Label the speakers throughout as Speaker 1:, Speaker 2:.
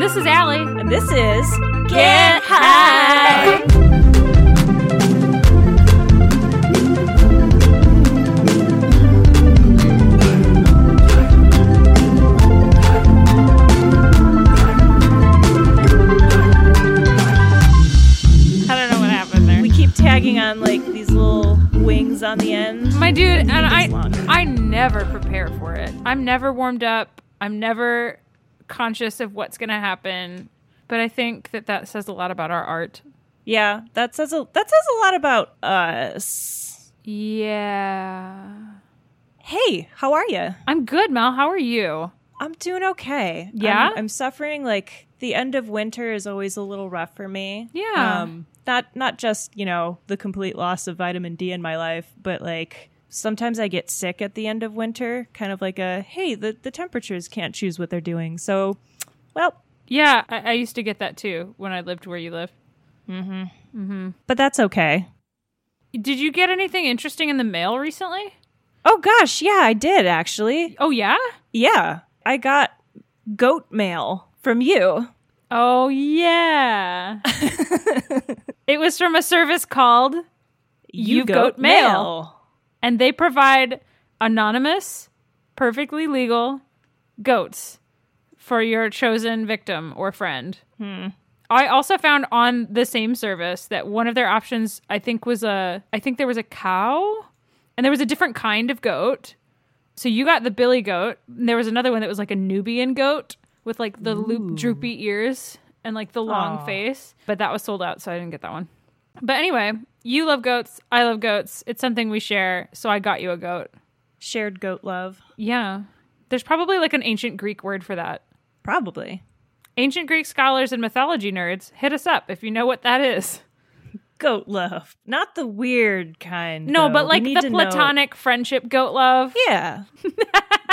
Speaker 1: this is Allie.
Speaker 2: And this is
Speaker 1: Get High. I don't know what happened there.
Speaker 2: We keep tagging on like these little wings on the end.
Speaker 1: My dude, and I
Speaker 2: longer.
Speaker 1: I never prepare for it. I'm never warmed up. I'm never conscious of what's going to happen. But I think that that says a lot about our art.
Speaker 2: Yeah, that says a that says a lot about us.
Speaker 1: Yeah.
Speaker 2: Hey, how are you?
Speaker 1: I'm good, Mel. How are you?
Speaker 2: I'm doing okay.
Speaker 1: Yeah?
Speaker 2: I'm, I'm suffering like the end of winter is always a little rough for me. Um,
Speaker 1: Yeah.
Speaker 2: not not just you know the complete loss of vitamin D in my life, but like sometimes I get sick at the end of winter, kind of like a hey, the the temperatures can't choose what they're doing. So, well,
Speaker 1: Yeah, I, I used to get that too when I lived where you live.
Speaker 2: but that's okay.
Speaker 1: Did you get anything interesting in the mail recently?
Speaker 2: Oh gosh, yeah, I did actually.
Speaker 1: Oh yeah.
Speaker 2: Yeah, I got goat mail from you.
Speaker 1: Oh yeah. it was from a service called You Goat Mail. and they provide anonymous, perfectly legal goats for your chosen victim or friend. Hmm. I also found on the same service that one of their options, I think, was a, I think there was a cow and there was a different kind of goat. So you got the billy goat. And there was another one that was like a Nubian goat with like the loop droopy ears and like the long face. But that was sold out, so I didn't get that one. But anyway, you love goats. I love goats. It's something we share. So I got you a goat.
Speaker 2: Shared goat love,
Speaker 1: Yeah. There's probably like an ancient Greek word for that.
Speaker 2: probably.
Speaker 1: Ancient Greek scholars and mythology nerds, hit us up if you know what that is.
Speaker 2: Goat love, not the weird kind.
Speaker 1: No,
Speaker 2: though.
Speaker 1: but
Speaker 2: We
Speaker 1: like
Speaker 2: need
Speaker 1: the
Speaker 2: to know-
Speaker 1: platonic friendship goat love.
Speaker 2: Yeah.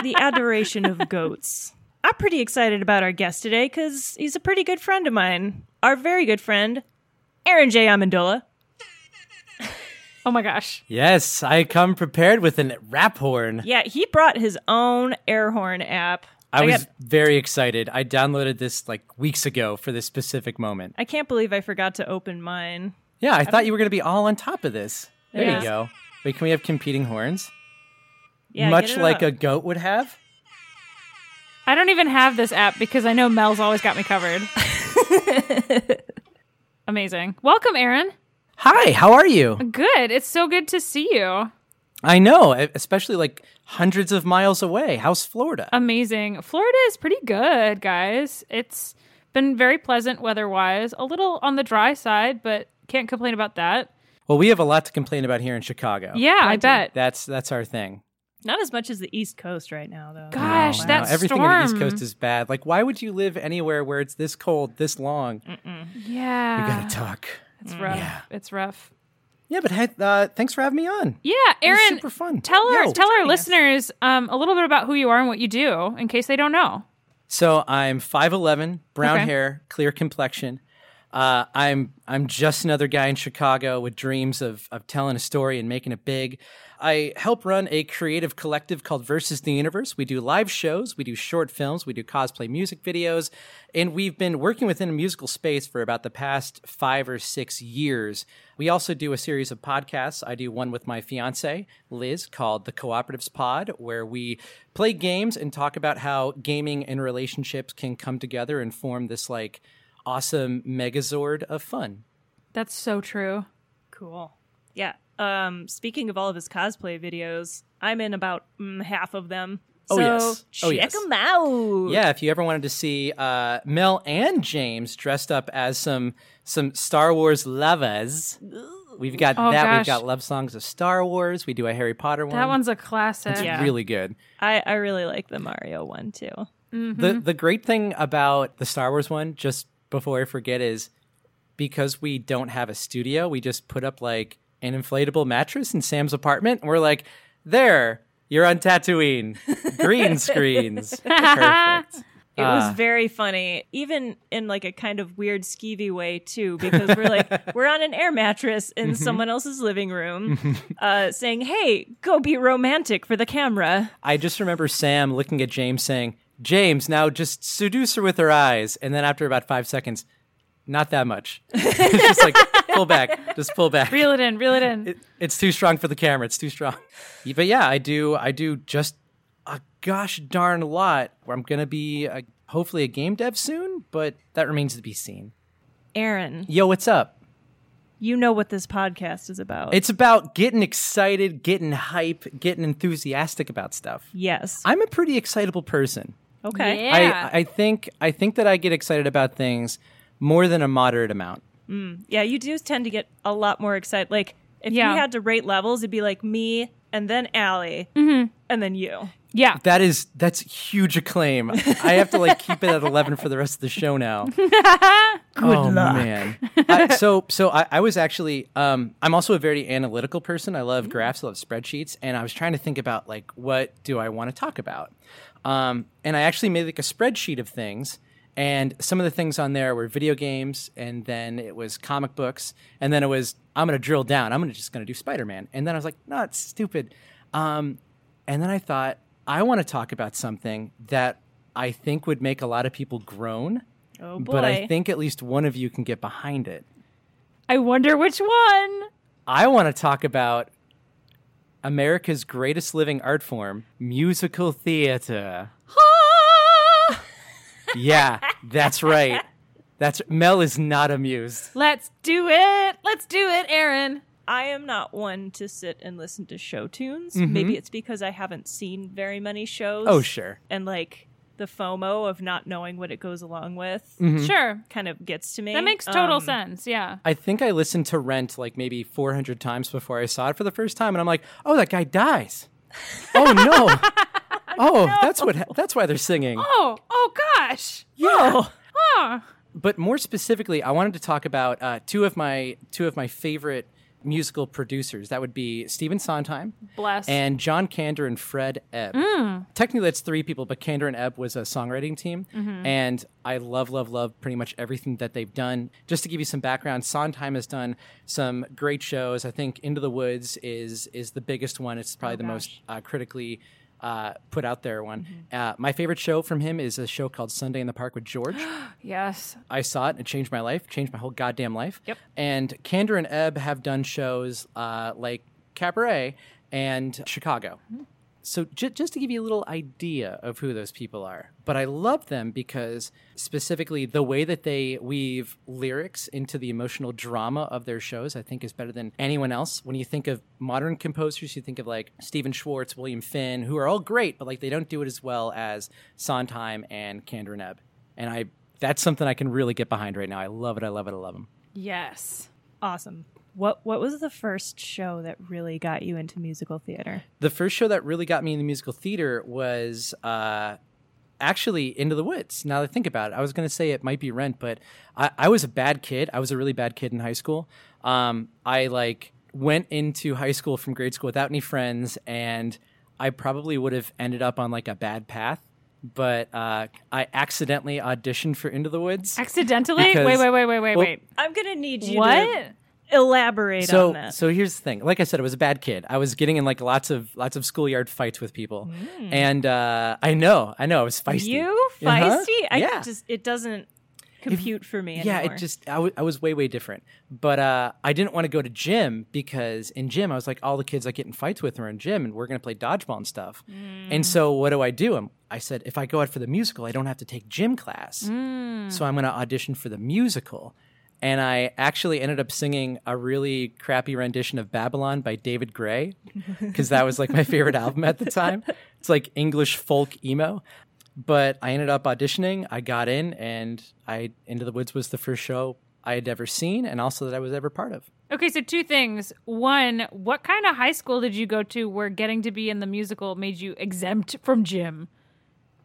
Speaker 2: the adoration of goats. I'm pretty excited about our guest today because he's a pretty good friend of mine. Our very good friend, Aaron J. Amendola.
Speaker 1: Oh my gosh.
Speaker 3: Yes, I come prepared with an rap horn.
Speaker 2: Yeah, he brought his own air horn app.
Speaker 3: I was
Speaker 2: got-
Speaker 3: very excited. I downloaded this like weeks ago for this specific moment.
Speaker 2: I can't believe I forgot to open mine.
Speaker 3: Yeah, I thought you were going to be all on top of this. There
Speaker 2: Yeah.
Speaker 3: you go. Wait, can we have competing horns?
Speaker 2: Yeah,
Speaker 3: Much
Speaker 2: get it
Speaker 3: like a
Speaker 2: up.
Speaker 3: goat would have?
Speaker 1: I don't even have this app because I know Mel's always got me covered. Amazing. Welcome, Aaron.
Speaker 3: Hi, how are you?
Speaker 1: Good. It's so good to see you.
Speaker 3: I know, e- especially like hundreds of miles away. How's Florida?
Speaker 2: Um,
Speaker 1: Amazing. Florida is pretty good, guys. It's been very pleasant weather wise, a little on the dry side, but can't complain about that.
Speaker 3: well, we have a lot to complain about here in Chicago.
Speaker 1: Yeah, I bet.
Speaker 3: That's that's our thing.
Speaker 2: Not as much as the East Coast right now, though.
Speaker 1: Gosh,
Speaker 3: Wow,
Speaker 1: that
Speaker 3: everything
Speaker 1: storm.
Speaker 3: on the East Coast is bad. Like why would you live anywhere where it's this cold, this long?
Speaker 2: Mm,
Speaker 3: We
Speaker 1: yeah.
Speaker 2: uh.
Speaker 3: got to talk.
Speaker 1: it's rough.
Speaker 3: Yeah.
Speaker 1: It's rough.
Speaker 3: Yeah, but hey, uh, thanks for having me on.
Speaker 1: Yeah,
Speaker 3: was
Speaker 1: Aaron.
Speaker 3: super fun.
Speaker 1: Tell our
Speaker 3: Yo.
Speaker 1: tell our
Speaker 2: joining us.
Speaker 1: listeners um, a little bit about who you are and what you do, in case they don't know.
Speaker 3: So I'm 5'11, brown
Speaker 1: Okay.
Speaker 3: hair, clear complexion. Uh, I'm I'm just another guy in Chicago with dreams of of telling a story and making it big. I help run a creative collective called Versus the Universe. We do live shows, we do short films, we do cosplay music videos, and we've been working within a musical space for about the past five or six years. We also do a series of podcasts. I do one with my fiance Liz called the Cooperatives Pod, where we play games and talk about how gaming and relationships can come together and form this like awesome megazord of fun.
Speaker 1: That's so true.
Speaker 2: Cool. Yeah. Um, speaking of all of his cosplay videos, I'm in about mm, half of them.
Speaker 3: Oh,
Speaker 2: so
Speaker 3: yes.
Speaker 2: Check
Speaker 3: Oh, yes.
Speaker 2: them out.
Speaker 3: Yeah, if you ever wanted to see uh, Mel and James dressed up as some some Star Wars lovers, we've got
Speaker 1: Oh,
Speaker 3: that.
Speaker 1: gosh.
Speaker 3: We've got love songs of Star Wars. We do a Harry Potter one.
Speaker 1: That one's a classic.
Speaker 2: Yeah.
Speaker 3: really good.
Speaker 2: I, I really like the Mario one too.
Speaker 1: Mm-hmm.
Speaker 3: The the great thing about the Star Wars one, just before I forget, is because we don't have a studio, we just put up like an inflatable mattress in Sam's apartment, and we're like, "There, you're on Tatooine, green screens, perfect."
Speaker 2: It
Speaker 3: Ah.
Speaker 2: was very funny, even in like a kind of weird skeevy way too, because we're like we're on an air mattress
Speaker 3: Mm-hmm.
Speaker 2: in someone else's living room, uh, saying, "Hey, go be romantic for the camera."
Speaker 3: I just remember Sam looking at James saying, James, now just seduce her with her eyes. And then after about five seconds, not that much. just like pull back, just pull back.
Speaker 1: Reel it in, reel it in.
Speaker 3: It, it's too strong for the camera. It's too strong. But yeah, I do. I do just a gosh darn lot. Where I'm gonna be a, hopefully a game dev soon, but that remains to be seen.
Speaker 2: Aaron,
Speaker 3: Yo, what's up?
Speaker 2: you know what this podcast is about.
Speaker 3: It's about getting excited, getting hype, getting enthusiastic about stuff.
Speaker 2: yes.
Speaker 3: I'm a pretty excitable person.
Speaker 2: okay.
Speaker 1: Yeah.
Speaker 3: I, I think I think that I get excited about things more than a moderate amount.
Speaker 2: Yeah, you do tend to get a lot more excited. Like if
Speaker 1: Yeah.
Speaker 2: we had to rate levels, it'd be like me and then Allie and then you.
Speaker 1: yeah.
Speaker 3: That is that's huge acclaim. I have to like keep it at eleven for the rest of the show now. Good oh, luck. man. I, so so I, I was actually um, I'm also a very analytical person. I love graphs. I love spreadsheets, and I was trying to think about like what do I want to talk about. Um, and I actually made like a spreadsheet of things. And some of the things on there were video games, and then it was comic books, and then it was I'm gonna drill down. I'm gonna just gonna do Spider Man, and then I was like, no, it's stupid. Um, and then I thought, I want to talk about something that I think would make a lot of people groan,
Speaker 2: Oh boy.
Speaker 3: but I think at least one of you can get behind it.
Speaker 1: I wonder which one.
Speaker 3: I want to talk about America's greatest living art form, musical theater.
Speaker 1: Ah!
Speaker 3: yeah, that's right. That's Mel is not amused.
Speaker 1: Let's do it. Let's do it, Aaron.
Speaker 2: I am not one to sit and listen to show tunes. Maybe it's because I haven't seen very many shows.
Speaker 3: Mm-hmm. Oh sure.
Speaker 2: and like the FOMO of not knowing what it goes along with
Speaker 3: Mm. Mm-hmm.
Speaker 1: Sure.
Speaker 2: kind of gets to me.
Speaker 1: That makes total
Speaker 2: Um,
Speaker 1: sense. Yeah.
Speaker 3: I think I listened to Rent like maybe 400 times before I saw it for the first time, and I'm like, oh, that guy dies. Oh no. Oh, that's what. Ha- that's why they're singing.
Speaker 1: Oh, oh gosh.
Speaker 3: Yeah.
Speaker 1: Huh.
Speaker 3: But more specifically, I wanted to talk about uh, two of my two of my favorite musical producers. That would be Stephen Sondheim
Speaker 1: Bless.
Speaker 3: and John Kander and Fred Ebb. Technically, that's three people, but Kander and Ebb was a songwriting team, and I love, love, love pretty much everything that they've done. Just to give you some background, Sondheim has done some great shows. I think Into the Woods is is the biggest one. It's probably the most uh, critically. Uh, put out there one. Uh, my favorite show from him is a show called Sunday in the Park with George.
Speaker 1: yes.
Speaker 3: I saw it and it changed my life, changed my whole goddamn life.
Speaker 1: Yep.
Speaker 3: And Kander and Ebb have done shows uh, like Cabaret and Chicago. So j- just to give you a little idea of who those people are, but I love them because specifically the way that they weave lyrics into the emotional drama of their shows, I think is better than anyone else. When you think of modern composers, you think of like Stephen Schwartz, William Finn, who are all great, but like they don't do it as well as Sondheim and Kander and Ebb. And I that's something I can really get behind right now. I love it. I love it. I love them.
Speaker 1: Yes.
Speaker 2: Awesome. What what was the first show that really got you into musical theater?
Speaker 3: The first show that really got me into musical theater was uh, actually Into the Woods. Now that I think about it, I was going to say it might be Rent, but I, I was a bad kid. I was a really bad kid in high school. Um, I like went into high school from grade school without any friends, and I probably would have ended up on like a bad path. But uh, I accidentally auditioned for Into the Woods.
Speaker 1: Accidentally?
Speaker 3: Because-
Speaker 1: wait, wait, wait, wait, wait,
Speaker 3: Well-
Speaker 1: wait.
Speaker 2: I'm gonna need you
Speaker 1: What?
Speaker 2: to elaborate
Speaker 3: so,
Speaker 2: on that.
Speaker 3: So here's the thing. Like I said, I was a bad kid. I was getting in like lots of lots of schoolyard fights with people, and uh, I know, I know, I was feisty.
Speaker 2: Mm. you
Speaker 3: Uh-huh.
Speaker 2: feisty? I
Speaker 3: yeah.
Speaker 2: just it doesn't compute for me
Speaker 3: yeah,
Speaker 2: anymore.
Speaker 3: it just I wa- I was way way different, but uh, I didn't want to go to gym because in gym I was like all the kids I get in fights with are in gym and we're gonna play dodgeball and stuff.
Speaker 2: Mm.
Speaker 3: And so what do I do? I'm- I said if I go out for the musical, I don't have to take gym class,
Speaker 2: Mm.
Speaker 3: so I'm gonna audition for the musical. And I actually ended up singing a really crappy rendition of Babylon by David Gray because that was like my favorite album at the time. It's like English folk emo but I ended up auditioning. I got in, and I Into the Woods was the first show I had ever seen, and also that I was ever part of.
Speaker 1: Okay, so two things. One, what kind of high school did you go to where getting to be in the musical made you exempt from gym?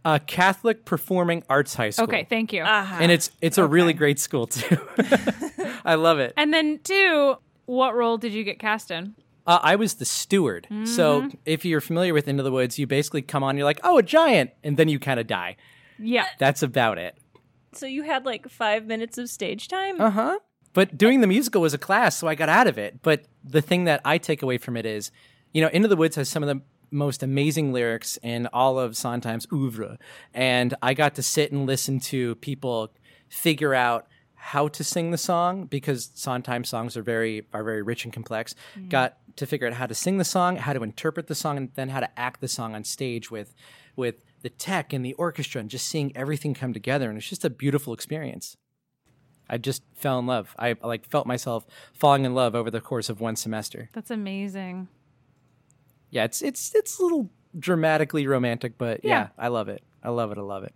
Speaker 3: Uh, Catholic Performing Arts High School.
Speaker 1: Okay, thank you.
Speaker 3: and it's it's a really great school too. I love it.
Speaker 1: and then two, what role did you get cast in?
Speaker 3: Uh, I was the steward. So if you're familiar with Into the Woods, you basically come on, you're like, oh, a giant, and then you kind of die.
Speaker 1: Yeah.
Speaker 3: That's about it.
Speaker 2: so you had like five minutes of stage time?
Speaker 3: Uh huh. But doing the musical was a class, so I got out of it. But the thing that I take away from it is, you know, Into the Woods has some of the most amazing lyrics in all of Sondheim's oeuvre. And I got to sit and listen to people figure out how to sing the song because Sondheim songs are very are very rich and complex. Got to figure out how to sing the song, how to interpret the song, and then how to act the song on stage with with the tech and the orchestra and just seeing everything come together. And it's just a beautiful experience. I just fell in love. I like felt myself falling in love over the course of one semester.
Speaker 1: That's amazing.
Speaker 3: Yeah, it's it's it's a little dramatically romantic, but yeah,
Speaker 1: Yeah.
Speaker 3: I love it. I love it. I love it.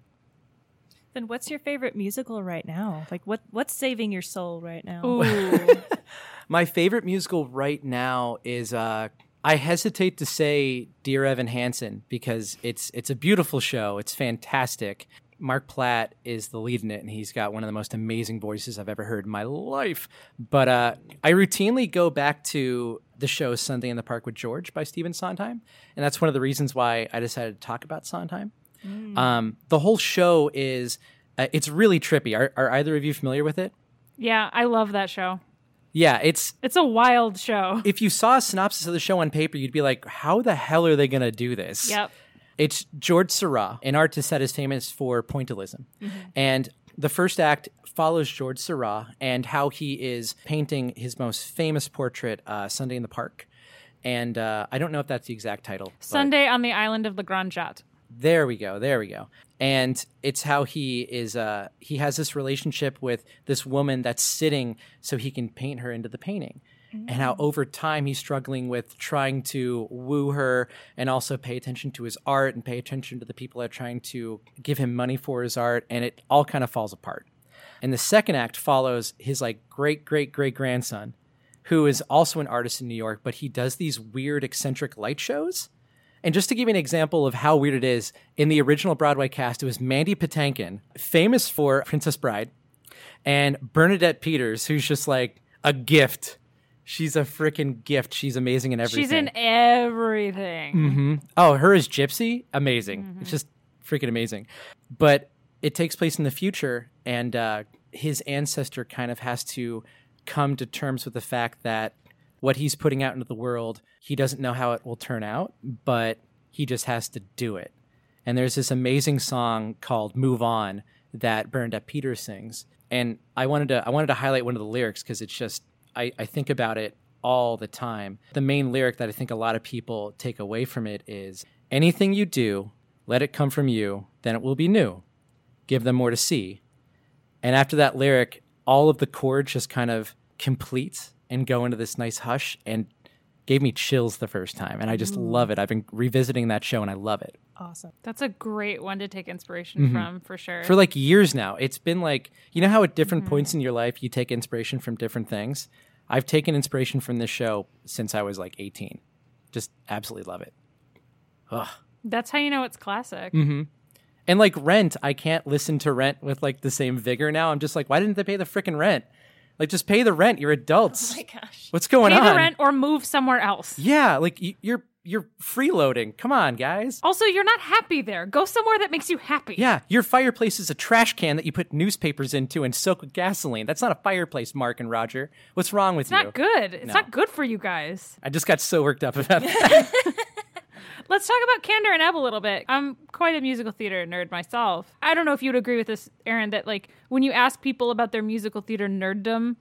Speaker 2: Then what's your favorite musical right now? Like what what's saving your soul right now? Oh
Speaker 1: Ooh.
Speaker 3: My favorite musical right now is uh I hesitate to say Dear Evan Hansen because it's it's a beautiful show. It's fantastic. Mark Platt is the lead in it, and he's got one of the most amazing voices I've ever heard in my life. But uh, I routinely go back to the show Sunday in the Park with George by Stephen Sondheim, and that's one of the reasons why I decided to talk about Sondheim. Um, the whole show is uh, it's really trippy. Are, are either of you familiar with it?
Speaker 1: yeah, I love that show.
Speaker 3: Yeah, it's
Speaker 1: It's a wild show.
Speaker 3: if you saw a synopsis of the show on paper, you'd be like, how the hell are they going to do this?
Speaker 1: Yep.
Speaker 3: It's George Seurat, an artist that is famous for pointillism. And the first act follows George Seurat and how he is painting his most famous portrait, uh, Sunday in the Park. And uh, I don't know if that's the exact title. but-
Speaker 1: Sunday on the island of La Grande Jatte.
Speaker 3: there we go. There we go. And it's how he is. Uh, he has this relationship with this woman that's sitting, so he can paint her into the painting. And how over time he's struggling with trying to woo her and also pay attention to his art and pay attention to the people that are trying to give him money for his art. And it all kind of falls apart. And the second act follows his like great great great grandson, who is also an artist in New York, but he does these weird eccentric light shows. And just to give you an example of how weird it is, in the original Broadway cast, it was Mandy Patinkin, famous for Princess Bride, and Bernadette Peters, who's just like a gift. She's a freaking gift. She's amazing in everything.
Speaker 1: She's in everything.
Speaker 3: hmm Oh, her as Gypsy, amazing. It's just freaking amazing. But it takes place in the future, and uh, his ancestor kind of has to come to terms with the fact that what he's putting out into the world, he doesn't know how it will turn out, but he just has to do it. And there's this amazing song called "Move On" that Bernadette Peters sings, and I wanted to I wanted to highlight one of the lyrics because it's just I, I think about it all the time. The main lyric that I think a lot of people take away from it is anything you do, let it come from you, then it will be new. Give them more to see. And after that lyric, all of the chords just kind of complete and go into this nice hush and gave me chills the first time. And I just love it. I've been revisiting that show and I love it.
Speaker 2: Awesome.
Speaker 1: That's a great one to take inspiration from for sure.
Speaker 3: Mm-hmm. for like years now. It's been like you know how at different
Speaker 1: Mm-hmm.
Speaker 3: points in your life you take inspiration from different things. I've taken inspiration from this show since I was like 18. Just absolutely love it.
Speaker 1: That's how you know it's classic.
Speaker 3: Mm-hmm. And like Rent, I can't listen to Rent with like the same vigor now. I'm just like, why didn't they pay the freaking rent? Like, just pay the rent. You're adults.
Speaker 2: gosh.
Speaker 3: What's going
Speaker 1: Pay
Speaker 3: on?
Speaker 1: the rent or move somewhere else.
Speaker 3: Yeah, like y- you're you're freeloading. Come on, guys.
Speaker 1: Also, you're not happy there. Go somewhere that makes you happy.
Speaker 3: Yeah, your fireplace is a trash can that you put newspapers into and soak with gasoline. That's not a fireplace, Mark and Roger. What's wrong with
Speaker 1: It's
Speaker 3: you?
Speaker 1: not good. It's
Speaker 3: No.
Speaker 1: not good for you guys.
Speaker 3: I just got so worked up about that.
Speaker 1: Let's talk about Candor and Ebb a little bit. I'm quite a musical theater nerd myself. I don't know if you'd agree with this, Aaron, that like when you ask people about their musical theater nerddom,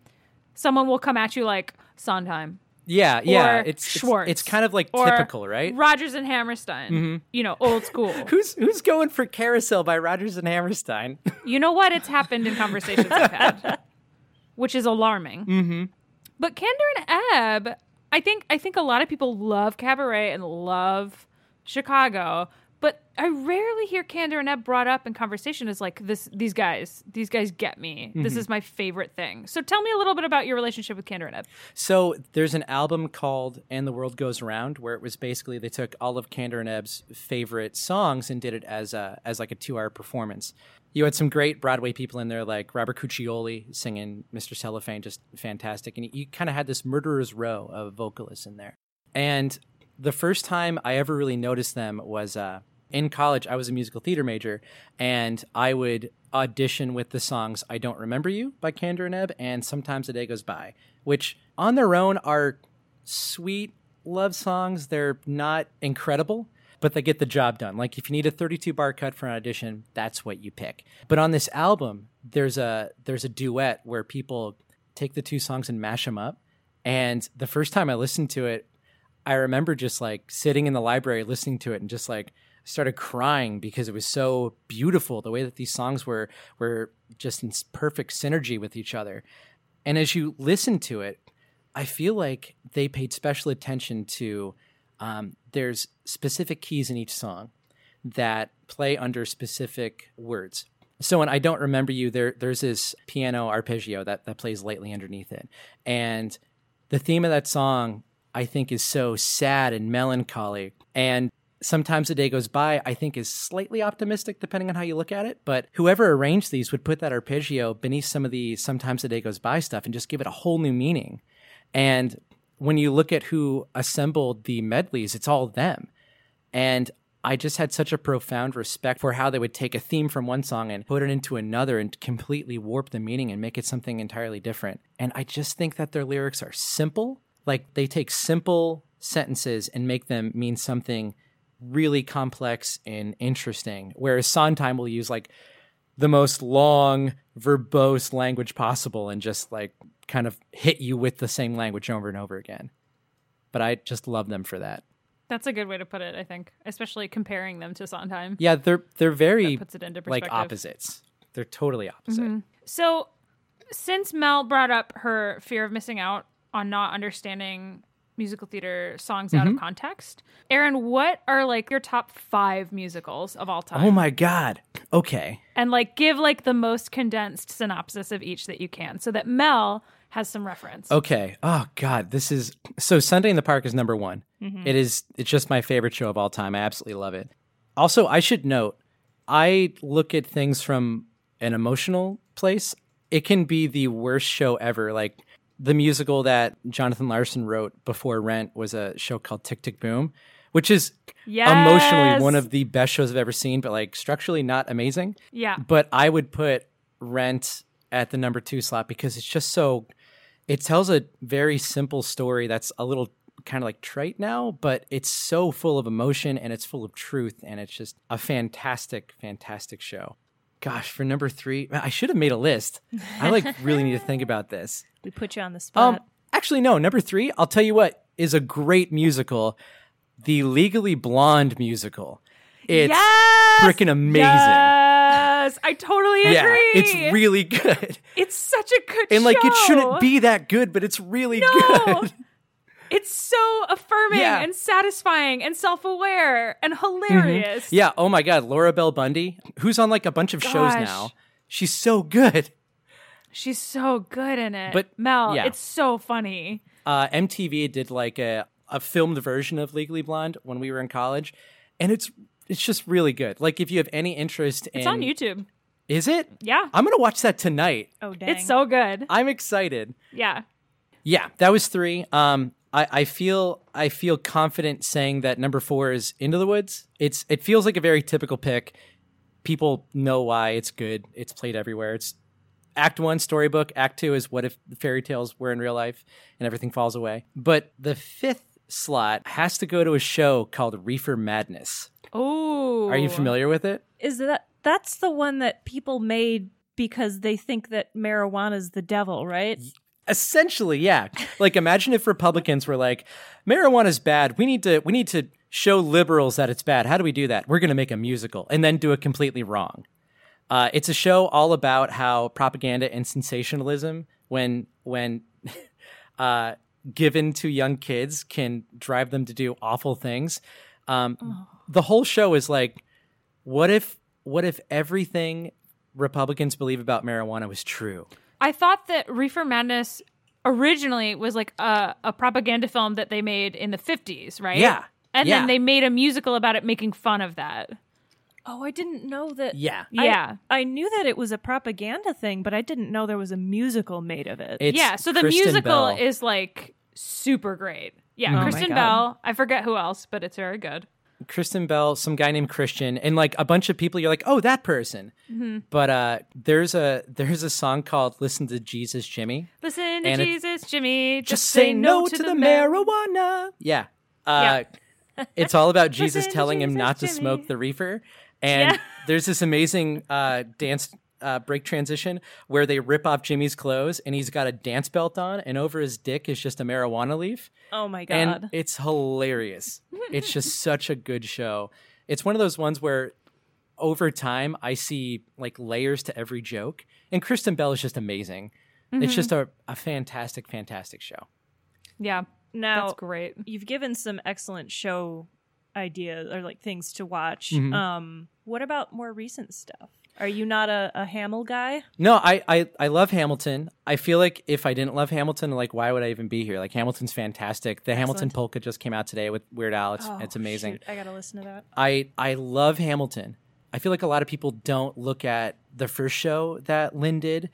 Speaker 1: someone will come at you like Sondheim.
Speaker 3: yeah, yeah.
Speaker 1: or
Speaker 3: it's, it's-
Speaker 1: Schwartz.
Speaker 3: It's, kind of like
Speaker 1: or
Speaker 3: typical, right? Mm-hmm.
Speaker 1: Rogers and Hammerstein. You know, old school.
Speaker 3: Who's who's going for Carousel by Rogers and Hammerstein?
Speaker 1: you know what? It's happened in conversations I've had, which is alarming. Mm-hmm. But Candor and Ebb, I think I think a lot of people love cabaret and love Chicago, but I rarely hear Candor and Ebb brought up in conversation as like this. These guys, these guys get me. This is my favorite thing. So tell me a little bit about your relationship with Candor and Ebb.
Speaker 3: So there's an album called "And the World Goes Around" where it was basically they took all of Candor and Ebb's favorite songs and did it as a as like a two hour performance. You had some great Broadway people in there, like Robert Cuccioli singing "Mr. Cellophane," just fantastic. And you kind of had this murderer's row of vocalists in there. And the first time I ever really noticed them was uh, in college. I was a musical theater major, and I would audition with the songs "I Don't Remember You" by Candor and Ebb, and sometimes "A Day Goes By," which on their own are sweet, love songs. They're not incredible, but they get the job done. Like if you need a 32 bar cut for an audition, that's what you pick. But on this album, there's a there's a duet where people take the two songs and mash them up. And the first time I listened to it, I remember just like sitting in the library listening to it and just like started crying because it was so beautiful the way that these songs were were just in perfect synergy with each other. And as you listen to it, I feel like they paid special attention to um, there's specific keys in each song that play under specific words. So in I don't remember you there there's this piano arpeggio that that plays lightly underneath it. And the theme of that song I think is so sad and melancholy and sometimes the day goes by I think is slightly optimistic depending on how you look at it, but whoever arranged these would put that arpeggio beneath some of the sometimes the day goes by stuff and just give it a whole new meaning. And when you look at who assembled the medleys, it's all them. And I just had such a profound respect for how they would take a theme from one song and put it into another and completely warp the meaning and make it something entirely different. And I just think that their lyrics are simple. Like they take simple sentences and make them mean something really complex and interesting. Whereas Sondheim will use like the most long, verbose language possible and just like kind of hit you with the same language over and over again. But I just love them for that.
Speaker 1: That's a good way to put it, I think, especially comparing them to Sondheim.
Speaker 3: Yeah, they're they're very
Speaker 1: That puts it into
Speaker 3: like
Speaker 1: perspective. Mm-hmm.
Speaker 3: opposites. They're totally opposite.
Speaker 1: So, since Mel brought up her fear of missing out on not understanding musical theater songs out of
Speaker 3: Mm-hmm.
Speaker 1: context, Aaron, what are like your top five musicals of all time?
Speaker 3: Oh my god. Okay.
Speaker 1: and like give like the most condensed synopsis of each that you can so that Mel has some reference.
Speaker 3: Okay. Oh God, this is so Sunday in the Park is number one.
Speaker 1: Mm-hmm.
Speaker 3: It is. It's just my favorite show of all time. I absolutely love it. Also, I should note, I look at things from an emotional place. It can be the worst show ever. Like the musical that Jonathan Larson wrote before Rent was a show called Tick Tick Boom, which is
Speaker 1: Yes.
Speaker 3: emotionally one of the best shows I've ever seen, but like structurally not amazing
Speaker 1: Yeah.
Speaker 3: but I would put Rent at the number two slot because it's just so. It tells a very simple story that's a little kind of like trite now, but it's so full of emotion and it's full of truth, and it's just a fantastic, fantastic show. Gosh, for number three, I should have made a list. I like really need to think about this.
Speaker 2: We put you on the spot.
Speaker 3: Um, actually, no. Number three, I'll tell you what is a great musical, the Legally Blonde musical. It's
Speaker 1: yes!
Speaker 3: freaking amazing.
Speaker 1: Yes. I totally agree.
Speaker 3: yeah, it's really good.
Speaker 1: It's such a good
Speaker 3: and like it shouldn't
Speaker 1: show.
Speaker 3: be that good, but it's really
Speaker 1: No.
Speaker 3: good.
Speaker 1: Oh, It's so affirming
Speaker 3: Yeah. Mm-hmm.
Speaker 1: and satisfying and self-aware and hilarious.
Speaker 3: yeah. Oh my God, Laura Bell Bundy, who's on like a bunch of shows
Speaker 1: Gosh.
Speaker 3: now. She's so good.
Speaker 1: She's so good in it.
Speaker 3: But-
Speaker 1: Mel,
Speaker 3: yeah.
Speaker 1: it's so funny.
Speaker 3: Uh, MTV did like a a filmed version of Legally Blonde when we were in college, and it's it's just really good. Like if you have any interest in,
Speaker 1: It's on YouTube.
Speaker 3: Is it?
Speaker 1: Yeah.
Speaker 3: I'm gonna watch that tonight.
Speaker 2: oh, dang.
Speaker 1: It's so good.
Speaker 3: I'm excited.
Speaker 1: Yeah.
Speaker 3: Yeah, that was three. Um, I, I feel I feel confident saying that number four is Into the Woods. It's it feels like a very typical pick. People know why it's good. It's played everywhere. It's Act One storybook. Act Two is what if fairy tales were in real life and everything falls away. But the fifth slot has to go to a show called Reefer Madness.
Speaker 1: Oh.
Speaker 3: Are you familiar with it?
Speaker 2: is that that's the one that people made because they think that marijuana is the devil, right?
Speaker 3: essentially yeah like imagine if republicans were like marijuana's bad we need to we need to show liberals that it's bad how do we do that we're going to make a musical and then do it completely wrong uh, it's a show all about how propaganda and sensationalism when when uh, given to young kids can drive them to do awful things um, the whole show is like what if what if everything republicans believe about marijuana was true
Speaker 1: I thought that Reefer Madness originally was like a, a propaganda film that they made in the 50s, right?
Speaker 3: Yeah.
Speaker 1: And
Speaker 3: Yeah.
Speaker 1: then they made a musical about it making fun of that.
Speaker 2: Oh, I didn't know that.
Speaker 3: yeah
Speaker 2: I-
Speaker 1: Yeah.
Speaker 2: I, knew that it was a propaganda thing, but I didn't know there was a musical made of it.
Speaker 3: It's
Speaker 1: yeah. So the
Speaker 3: Kristen
Speaker 1: musical
Speaker 3: Bell. Oh
Speaker 1: is like super great. Yeah.
Speaker 2: my
Speaker 1: Kristen
Speaker 2: God.
Speaker 1: Bell. I forget who else, but it's very good.
Speaker 3: Kristen Bell, some guy named Christian, and like a bunch of people. You're like, oh, that person.
Speaker 1: Mm-hmm.
Speaker 3: But uh, there's a there's a song called "Listen to Jesus, Jimmy."
Speaker 1: Listen to
Speaker 3: And it-
Speaker 1: Jesus, Jimmy.
Speaker 3: Just say no to the
Speaker 1: mar-
Speaker 3: marijuana. Yeah, Uh, it's all about Jesus
Speaker 1: Listen,
Speaker 3: telling him
Speaker 1: Jesus,
Speaker 3: not to
Speaker 1: Jimmy.
Speaker 3: smoke the reefer. And there's this amazing uh, dance uh, break transition where they rip off Jimmy's clothes and he's got a dance belt on, and over his dick is just a marijuana leaf.
Speaker 2: Oh my god.
Speaker 3: And it's hilarious. it's just such a good show. It's one of those ones where over time I see like layers to every joke. And Kristen Bell is just amazing. It's just
Speaker 2: Mm-hmm.
Speaker 3: a, a fantastic, fantastic show.
Speaker 1: Yeah,
Speaker 2: now
Speaker 1: that's great.
Speaker 2: you've given some excellent show ideas or like things to watch.
Speaker 3: Mhm.
Speaker 2: Um, what about more recent stuff? Are you not a, a Hamill guy?
Speaker 3: No, I, I I love Hamilton. I feel like if I didn't love Hamilton, like why would I even be here? Like Hamilton's fantastic. The Hamilton
Speaker 2: Excellent.
Speaker 3: polka just came out today with Weird Al. It's,
Speaker 2: Oh,
Speaker 3: it's amazing.
Speaker 2: shoot, I gotta listen to that.
Speaker 3: I I love Hamilton. I feel like a lot of people don't look at the first show that Lynn did,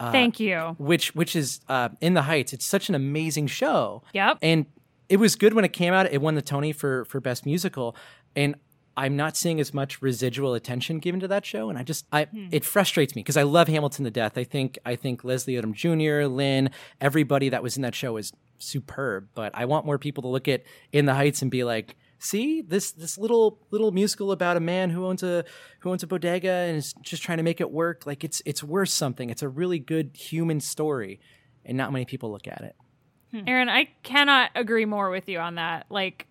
Speaker 3: uh,
Speaker 1: Thank you.
Speaker 3: which which is uh, In the Heights. It's such an amazing show.
Speaker 1: Yep.
Speaker 3: And it was good when it came out. It won the Tony for for best musical, and I'm not seeing as much residual attention given to that show. And I just I it frustrates me because I love Hamilton to death. I think I think Leslie Odom Jr., Lynn, everybody that was in that show is superb. But I want more people to look at In the Heights and be like. See this this little little musical about a man who owns a who owns a bodega and is just trying to make it work. Like it's it's worth something. It's a really good human story, and not many people look at it.
Speaker 1: Aaron, I cannot agree more with you on that. Like,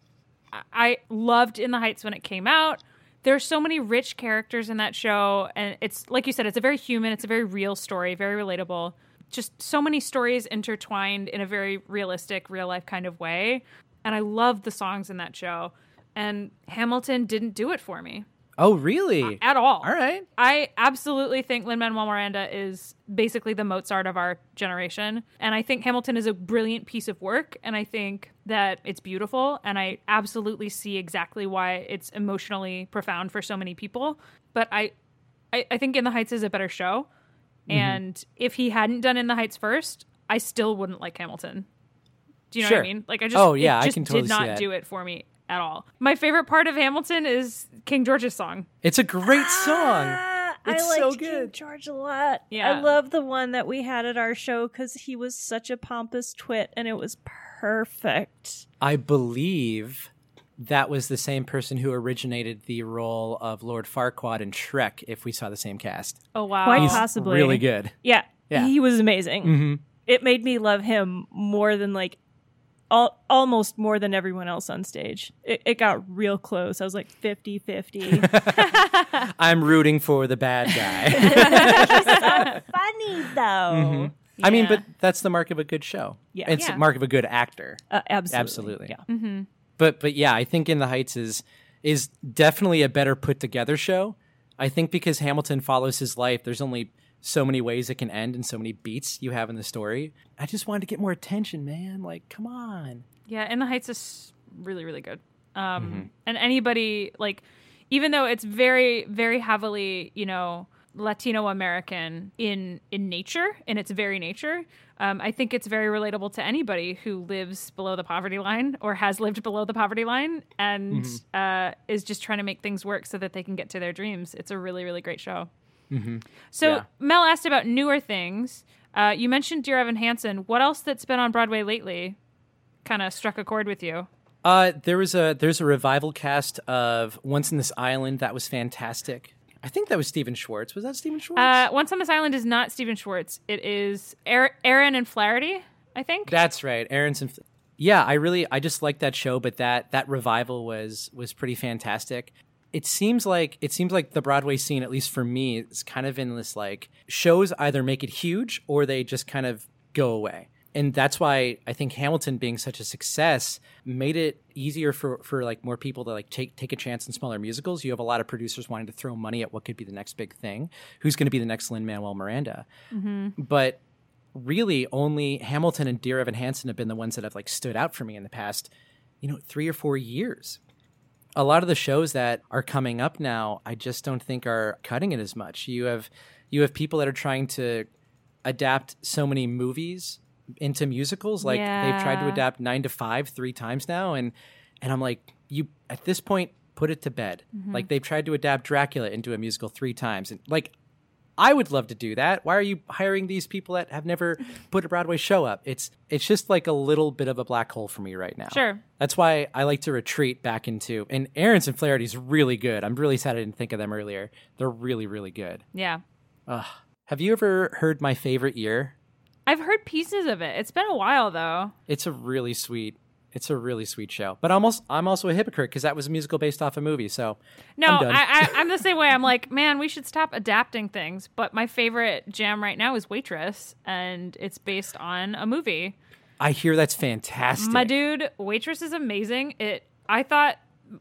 Speaker 1: I- I loved In the Heights when it came out. There's so many rich characters in that show, and it's like you said, it's a very human, it's a very real story, very relatable. Just so many stories intertwined in a very realistic, real life kind of way. And I love the songs in that show. And Hamilton didn't do it for me
Speaker 3: Oh really?
Speaker 1: at all.
Speaker 3: All right.
Speaker 1: I absolutely think Lin Manuel Miranda is basically the Mozart of our generation. And I think Hamilton is a brilliant piece of work. And I think that it's beautiful. And I absolutely see exactly why it's emotionally profound for so many people. But I, I, I think In the Heights is a better show.
Speaker 3: Mm-hmm.
Speaker 1: And if he hadn't done In the Heights first, I still wouldn't like Hamilton. Do you know
Speaker 3: Sure.
Speaker 1: what I mean? Like I just
Speaker 3: Oh, yeah,
Speaker 1: it
Speaker 3: I
Speaker 1: just
Speaker 3: can totally see
Speaker 1: did not
Speaker 3: that.
Speaker 1: do it for me at all. My favorite part of Hamilton is King George's song.
Speaker 3: It's a great song.
Speaker 2: Ah,
Speaker 3: It's
Speaker 2: I liked
Speaker 3: so
Speaker 2: King
Speaker 3: good.
Speaker 2: George a lot.
Speaker 1: Yeah.
Speaker 2: I love the one that we had at our show because he was such a pompous twit and it was perfect.
Speaker 3: I believe that was the same person who originated the role of Lord Farquaad in Shrek. If we saw the same cast,
Speaker 1: Oh wow.
Speaker 2: Quite possibly.
Speaker 3: really good.
Speaker 2: Yeah.
Speaker 3: Yeah. Mm-hmm.
Speaker 2: He was amazing. It made me love him more than like all, almost more than everyone else on stage. It, it got real close. I was like 50 50.
Speaker 3: I'm rooting for the bad guy.
Speaker 2: funny though.
Speaker 3: I mean,
Speaker 1: Yeah.
Speaker 3: but that's the mark of a good show.
Speaker 2: Yeah.
Speaker 3: it's
Speaker 1: Yeah.
Speaker 3: the mark of a good actor.
Speaker 2: Uh, absolutely.
Speaker 3: Absolutely.
Speaker 2: Yeah.
Speaker 3: But but yeah, I think In the Heights is is definitely a better put together show. I think because Hamilton follows his life, there's only so many ways it can end and so many beats you have in the story. I just wanted to get more attention, man. Like, come on.
Speaker 1: Yeah, In the Heights is really, really good. Um, And anybody, like, even though it's very, very heavily, you know, Latino American in in nature, in its very nature, um, I think it's very relatable to anybody who lives below the poverty line or has lived below the poverty line and uh, is just trying to make things work so that they can get to their dreams. It's a really, really great show. So
Speaker 3: Yeah.
Speaker 1: Mel asked about newer things. Uh, you mentioned Dear Evan Hansen. What else that's been on Broadway lately kind of struck a chord with you.
Speaker 3: Uh, there was a there's a revival cast of Once in This Island that was fantastic. I think that was Stephen Schwartz. Was that Stephen Schwartz?
Speaker 1: Uh, Once on This Island is not Stephen Schwartz. It is Ar- Aaron and Flaherty, I think.
Speaker 3: That's right, Aaron's. And yeah, I really I just liked that show, but that that revival was was pretty fantastic. It seems like it seems like the Broadway scene, at least for me, is kind of in this like shows either make it huge or they just kind of go away. And that's why I think Hamilton being such a success made it easier for, for like more people to like take take a chance in smaller musicals. You have a lot of producers wanting to throw money at what could be the next big thing. Who's going to be the next Lin Manuel Miranda? But really only Hamilton and Dear Evan Hansen have been the ones that have like stood out for me in the past, you know, three or four years. A lot of the shows that are coming up now, I just don't think are cutting it as much. You have you have people that are trying to adapt so many movies into musicals. Like they've tried to
Speaker 1: Yeah.
Speaker 3: adapt nine to five three times now and and I'm like, you at this point put it to bed. Like they've tried to adapt Dracula into a musical three times. And like I would love to do that. Why are you hiring these people that have never put a Broadway show up? It's it's just like a little bit of a black hole for me right now.
Speaker 1: Sure.
Speaker 3: That's why I like to retreat back into and Aaron's and Flaherty's really good. I'm really sad I didn't think of them earlier. They're really, really good.
Speaker 1: Yeah.
Speaker 3: Ugh. Have you ever heard my favorite year?
Speaker 1: I've heard pieces of it. It's been a while though.
Speaker 3: It's a really sweet it's a really sweet show. But almost I'm also a hypocrite because that was a musical based off a movie. So
Speaker 1: No,
Speaker 3: I'm done.
Speaker 1: I, I, I'm the same way. I'm like, man, we should stop adapting things. But my favorite jam right now is Waitress, and it's based on a movie.
Speaker 3: I hear that's fantastic.
Speaker 1: My dude, Waitress is amazing. It I thought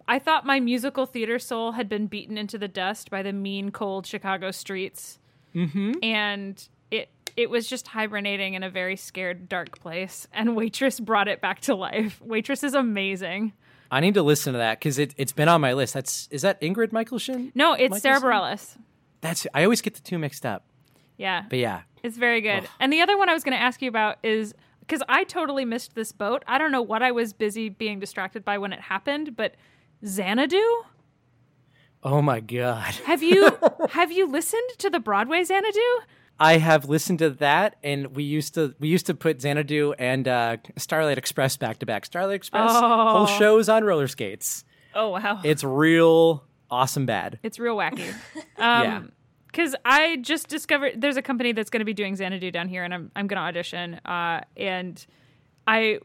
Speaker 1: I thought my musical theater soul had been beaten into the dust by the mean cold Chicago streets. Mm-hmm. And it it was just hibernating in a very scared dark place and Waitress brought it back to life. Waitress is amazing.
Speaker 3: I need to listen to that because it, it's been on my list. That's is that Ingrid Michaelshin?
Speaker 1: No, it's Sarah
Speaker 3: Michelson?
Speaker 1: Bareilles.
Speaker 3: That's I always get the two mixed up.
Speaker 1: Yeah.
Speaker 3: But yeah,
Speaker 1: It's very good. And the other one I was going to ask you about is because I totally missed this boat. I don't know what I was busy being distracted by when it happened, but Xanadu?
Speaker 3: oh my god.
Speaker 1: Have you have you listened to the Broadway Xanadu?
Speaker 3: I have listened to that, and we used to we used to put Xanadu and uh, Starlight Express back to back. Starlight Express
Speaker 1: Oh.
Speaker 3: whole shows on roller skates.
Speaker 2: Oh wow.
Speaker 3: It's real awesome bad.
Speaker 1: It's um, real wacky.
Speaker 3: yeah,
Speaker 1: Because I just discovered there's a company that's going to be doing Xanadu down here, and I'm I'm going to audition. Uh, and I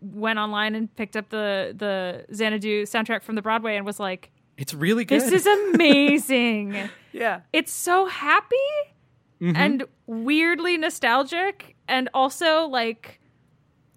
Speaker 1: went online and picked up the the Xanadu soundtrack from the Broadway, and was like,
Speaker 3: it's really good.
Speaker 1: "This is amazing!
Speaker 3: yeah.
Speaker 1: it's so happy
Speaker 3: Mm-hmm.
Speaker 1: and weirdly nostalgic, and also like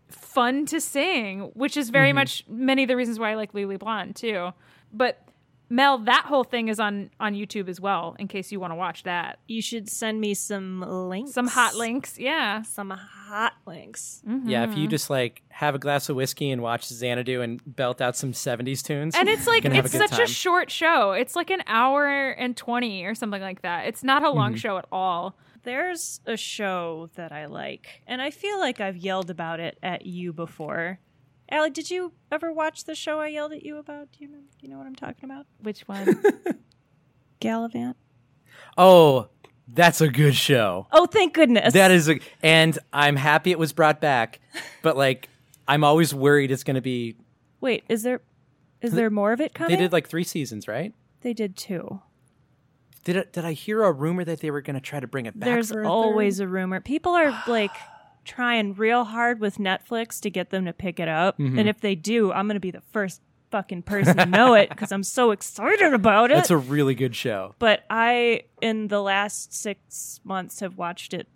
Speaker 1: fun to sing, which is
Speaker 3: Mm-hmm.
Speaker 1: very much many of the reasons why I like Lily Blonde too. But Mel, that whole thing is on on YouTube as well, in case you want to watch that.
Speaker 2: you should send me some Mm-hmm. links.
Speaker 1: Some hot links, yeah.
Speaker 2: Some hot links.
Speaker 3: Yeah, if
Speaker 1: Mm-hmm.
Speaker 3: you just like have a glass of whiskey and watch Xanadu and belt out some '70s tunes,
Speaker 1: And it's like
Speaker 3: you're gonna have
Speaker 1: it's
Speaker 3: a good
Speaker 1: such a
Speaker 3: time.
Speaker 1: short show. It's like an hour and twenty or something like that. It's not a long
Speaker 3: Mm-hmm.
Speaker 1: show at all.
Speaker 2: There's a show that I like, and I feel like I've yelled about it at you before. Alec, did you ever watch the show I yelled at you about? Do you remember? Do you know what I'm talking about?
Speaker 1: Which one?
Speaker 3: Uh,
Speaker 2: Gallivant.
Speaker 3: oh, that's a good show.
Speaker 2: Oh, thank goodness.
Speaker 3: That is, a, and I'm happy it was brought back, but like I'm always worried it's going to be.
Speaker 2: Wait, is there is there more of it coming?
Speaker 3: They did like three seasons, right?
Speaker 2: They did two.
Speaker 3: Did I, did I hear a rumor that they were going to try to bring it back?
Speaker 2: There's
Speaker 3: for a
Speaker 2: always a rumor. People are like trying real hard with Netflix to get them to pick it up,
Speaker 3: Mm-hmm.
Speaker 2: and if they do, I'm going to be the first fucking person to know it because I'm so excited about
Speaker 3: third?
Speaker 2: it.
Speaker 3: That's a really good show.
Speaker 2: but I, in the last six months, have watched it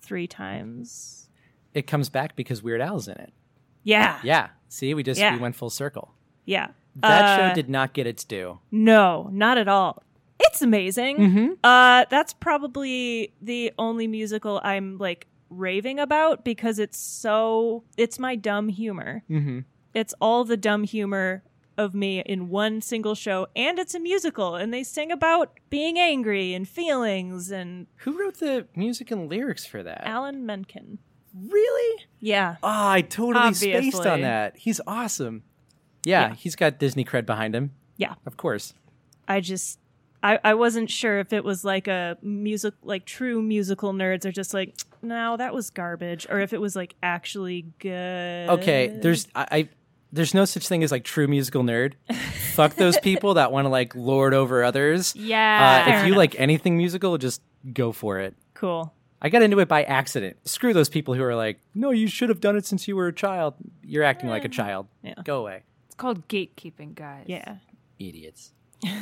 Speaker 2: three times.
Speaker 3: It comes back because Weird Al's in it.
Speaker 2: Yeah, yeah.
Speaker 3: Yeah. See, we just
Speaker 2: Yeah. Uh,
Speaker 3: we went full circle. That show did not get its due.
Speaker 2: No, not at all. It's amazing. Uh, that's probably the only musical I'm like raving about because it's so it's my dumb humor.
Speaker 3: Mhm.
Speaker 2: It's all the dumb humor of me in one single show, and it's a musical, and they sing about being angry and feelings and
Speaker 3: Who wrote the music and lyrics for that?
Speaker 2: Alan Menken.
Speaker 3: really?
Speaker 2: Yeah,
Speaker 3: Oh, I totally spaced
Speaker 1: Obviously.
Speaker 3: on that. He's awesome. Yeah, he's got Disney cred behind him,
Speaker 2: yeah.
Speaker 3: of course.
Speaker 2: I just I, I wasn't sure if it was like a music like true musical nerds are just like no that was garbage or if it was like actually good.
Speaker 3: Okay, there's I, I there's no such thing as like true musical nerd. Fuck those people that want to like lord over others.
Speaker 1: Yeah.
Speaker 3: Uh, if
Speaker 1: Fair
Speaker 3: you like anything musical, just go for it.
Speaker 2: cool.
Speaker 3: I got into it by accident. Screw those people who are like, no, you should have done it since you were a child. You're acting like a child.
Speaker 2: Yeah.
Speaker 3: Go away.
Speaker 1: It's called gatekeeping, guys.
Speaker 2: Yeah.
Speaker 3: Idiots.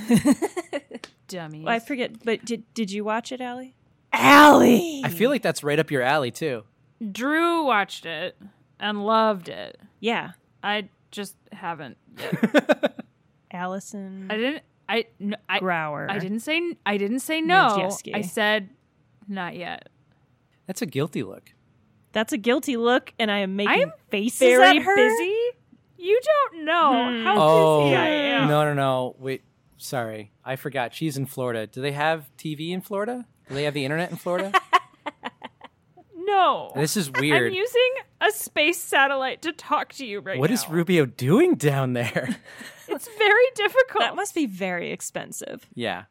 Speaker 1: dummies.
Speaker 2: Well, I forget but did did you watch it, Allie? Allie.
Speaker 3: I feel like that's right up your alley, too.
Speaker 1: Drew watched it and loved it.
Speaker 2: Yeah.
Speaker 1: I just haven't. Yet.
Speaker 2: Allison
Speaker 1: I
Speaker 3: Mm.
Speaker 1: didn't. I n- I-
Speaker 2: Grower.
Speaker 1: I didn't say. I didn't say no.
Speaker 2: Nijinsky.
Speaker 1: I said not yet.
Speaker 3: That's a guilty look.
Speaker 2: That's a guilty look and I am making
Speaker 1: I'm
Speaker 2: faces
Speaker 1: Very
Speaker 2: at her.
Speaker 1: busy. You don't know how
Speaker 3: Oh,
Speaker 1: busy I am.
Speaker 3: no, no, no. Wait, sorry. I forgot. She's in Florida. Do they have TV in Florida? Do they have the internet in Florida?
Speaker 1: No.
Speaker 3: this is weird.
Speaker 1: I'm using a space satellite to talk to you right
Speaker 3: What
Speaker 1: now.
Speaker 3: is Rubio doing down there?
Speaker 1: It's very difficult.
Speaker 2: That must be very expensive.
Speaker 3: yeah.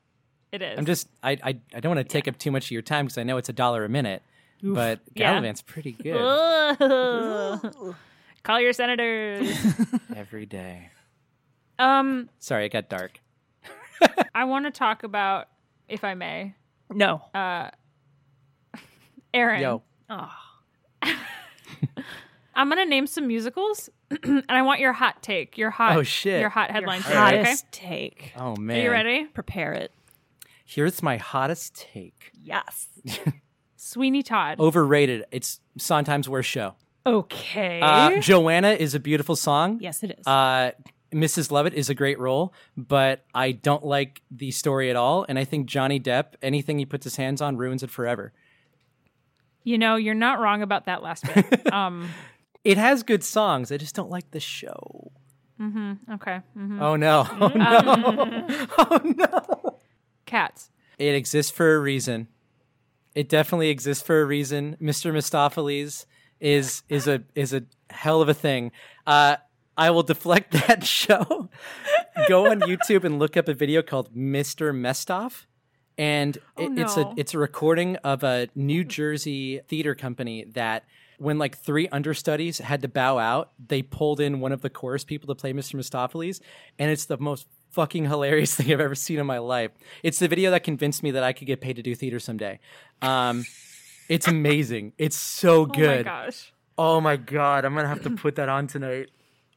Speaker 1: It is.
Speaker 3: I'm just I I, I don't want to take up too much of your time because I know it's a dollar a minute, but
Speaker 1: Yeah.
Speaker 3: Gallivant's pretty good
Speaker 1: Ugh. Call your senators.
Speaker 3: every day.
Speaker 1: um,
Speaker 3: Sorry, it got dark.
Speaker 1: I want to talk about, if I may,
Speaker 2: No.
Speaker 1: Aaron.
Speaker 3: Yo,
Speaker 1: I'm gonna name some musicals, and I want your hot take, your hot,
Speaker 3: Oh, shit.
Speaker 1: your hot headline. take,
Speaker 3: hot-
Speaker 1: okay,
Speaker 2: Hottest take.
Speaker 3: oh
Speaker 1: are
Speaker 3: man,
Speaker 1: you ready?
Speaker 2: Prepare it.
Speaker 3: Here's my hottest take.
Speaker 2: Yes.
Speaker 1: Sweeney Todd.
Speaker 3: Oh. Overrated. It's sometimes worst show.
Speaker 1: Okay.
Speaker 3: Uh, Joanna is a beautiful song.
Speaker 2: Yes, it is.
Speaker 3: Uh, Mrs. Lovett is a great role, but I don't like the story at all. And I think Johnny Depp, anything he puts his hands on, ruins it forever.
Speaker 1: you know, you're not wrong about that last bit. um.
Speaker 3: It has good songs. I just don't like the show.
Speaker 1: Okay. mhm.
Speaker 3: Oh no. Oh no. Oh no.
Speaker 1: Cats.
Speaker 3: It exists for a reason. It definitely exists for a reason. Mr. Mistopheles is is a is a hell of a thing. Uh, I will deflect that show. Go on YouTube and look up a video called Mr. Mestoff. And it, it's a
Speaker 1: no.
Speaker 3: it's a recording of a New Jersey theater company that when like three understudies had to bow out, they pulled in one of the chorus people to play Mr. Mistopheles, and it's the most fucking hilarious thing I've ever seen in my life. It's the video that convinced me that I could get paid to do theater someday. Um, it's amazing. It's so
Speaker 1: Oh my
Speaker 3: good.
Speaker 1: gosh.
Speaker 3: Oh my god, I'm gonna have to put that on tonight.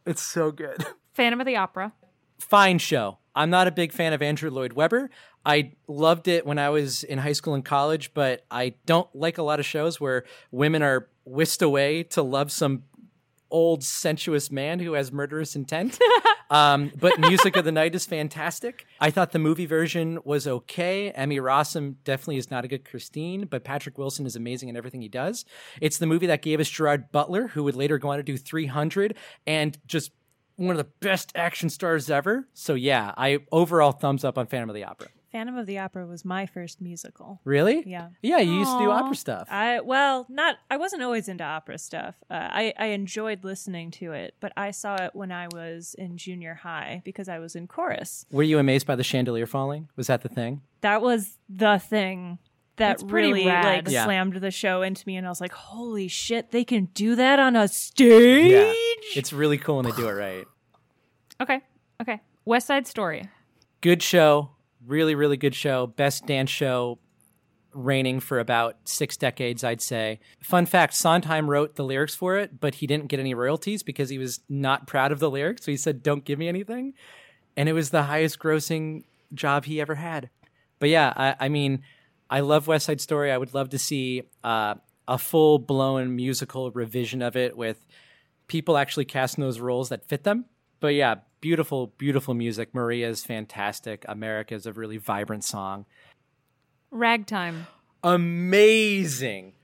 Speaker 3: It's so good.
Speaker 1: Phantom of the Opera.
Speaker 3: Fine show. I'm not a big fan of Andrew Lloyd Webber. I loved it when I was in high school and college, but I don't like a lot of shows where women are whisked away to love some old sensuous man who has murderous intent. um, but Music of the Night is fantastic. I thought the movie version was okay. Emmy Rossum definitely is not a good Christine, but Patrick Wilson is amazing in everything he does. It's the movie that gave us Gerard Butler, who would later go on to do 300 and just one of the best action stars ever. So yeah, I overall thumbs up on Phantom of the Opera.
Speaker 2: Phantom of the Opera was my first musical.
Speaker 3: Really?
Speaker 2: Yeah.
Speaker 3: Yeah, you used to do
Speaker 1: Aw.
Speaker 3: opera stuff.
Speaker 2: I well, not I wasn't always into opera stuff. Uh, I I enjoyed listening to it, but I saw it when I was in junior high because I was in chorus.
Speaker 3: Were you amazed by the chandelier falling? Was that the thing?
Speaker 2: That was the thing that
Speaker 1: That's pretty
Speaker 2: really
Speaker 1: rad.
Speaker 2: like
Speaker 3: Yeah.
Speaker 2: slammed the show into me, and I was like, "Holy shit, they can do that on a stage!"
Speaker 3: It's really cool when they do it right.
Speaker 1: Okay. Okay. West Side Story.
Speaker 3: good show, really, really good show. Best dance show reigning for about six decades, I'd say. Fun fact Sondheim wrote the lyrics for it, but he didn't get any royalties because he was not proud of the lyrics. So he said, Don't give me anything. And it was the highest grossing job he ever had. But yeah, I, I mean, I love West Side Story. I would love to see uh, a full blown musical revision of it with people actually casting those roles that fit them. But yeah, beautiful, beautiful music. Maria is fantastic. America is a really vibrant song.
Speaker 1: Ragtime.
Speaker 3: Amazing.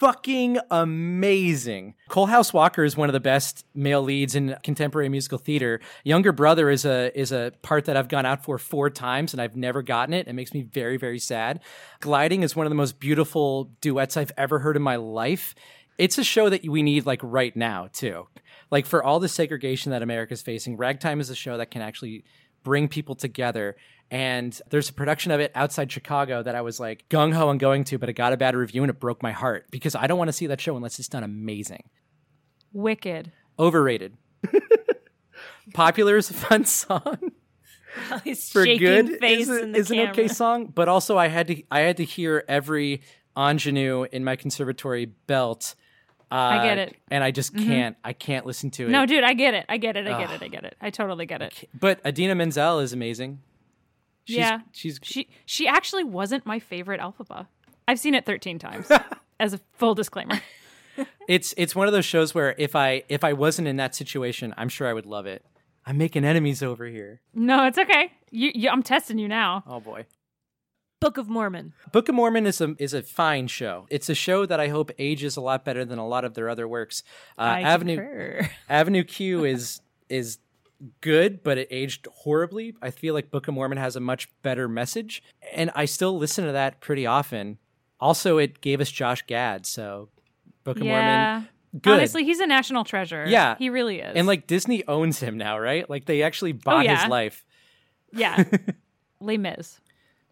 Speaker 3: Fucking amazing. Cole House Walker is one of the best male leads in contemporary musical theater. Younger Brother is a is a part that I've gone out for four times and I've never gotten it. It makes me very, very sad. Gliding is one of the most beautiful duets I've ever heard in my life. It's a show that we need like right now, too. Like for all the segregation that America's facing, Ragtime is a show that can actually bring people together. And there's a production of it outside Chicago that I was like gung ho on going to, but it got a bad review and it broke my heart because I don't want to see that show unless it's done amazing.
Speaker 1: Wicked.
Speaker 3: Overrated. Popular is a fun song
Speaker 2: His
Speaker 3: for
Speaker 2: shaking
Speaker 3: good.
Speaker 2: face
Speaker 3: is, a-
Speaker 2: in the
Speaker 3: is an
Speaker 2: camera.
Speaker 3: okay song, but also I had to I had to hear every ingenue in my conservatory belt. Uh, I
Speaker 1: get it.
Speaker 3: and I just
Speaker 2: Mm-hmm.
Speaker 3: can't. I can't listen to it.
Speaker 1: No, dude, I get it. I get it. I get it. I get it. I totally get it.
Speaker 3: but Adina Menzel is amazing. She's,
Speaker 1: Yeah.
Speaker 3: she's
Speaker 1: She she actually wasn't my favorite Alphaba. I've seen it 13 times. as a full disclaimer.
Speaker 3: It's it's one of those shows where if I if I wasn't in that situation, I'm sure I would love it. I'm making enemies over here.
Speaker 1: No, it's okay. You, you I'm testing you now.
Speaker 3: Oh boy.
Speaker 2: Book of Mormon.
Speaker 3: Book of Mormon is a is a fine show. It's a show that I hope ages a lot better than a lot of their other works. Uh,
Speaker 2: I
Speaker 3: Avenue
Speaker 2: concur.
Speaker 3: Avenue Q is is good, but it aged horribly. I feel like Book of Mormon has a much better message, and I still listen to that pretty often. Also, it gave us Josh Gad, so Book of
Speaker 1: yeah.
Speaker 3: Mormon good.
Speaker 1: Honestly, he's a national treasure.
Speaker 3: Yeah.
Speaker 1: He really is.
Speaker 3: And like Disney owns him now, right? Like they actually bought
Speaker 1: yeah.
Speaker 3: his life.
Speaker 1: yeah. Les Mis.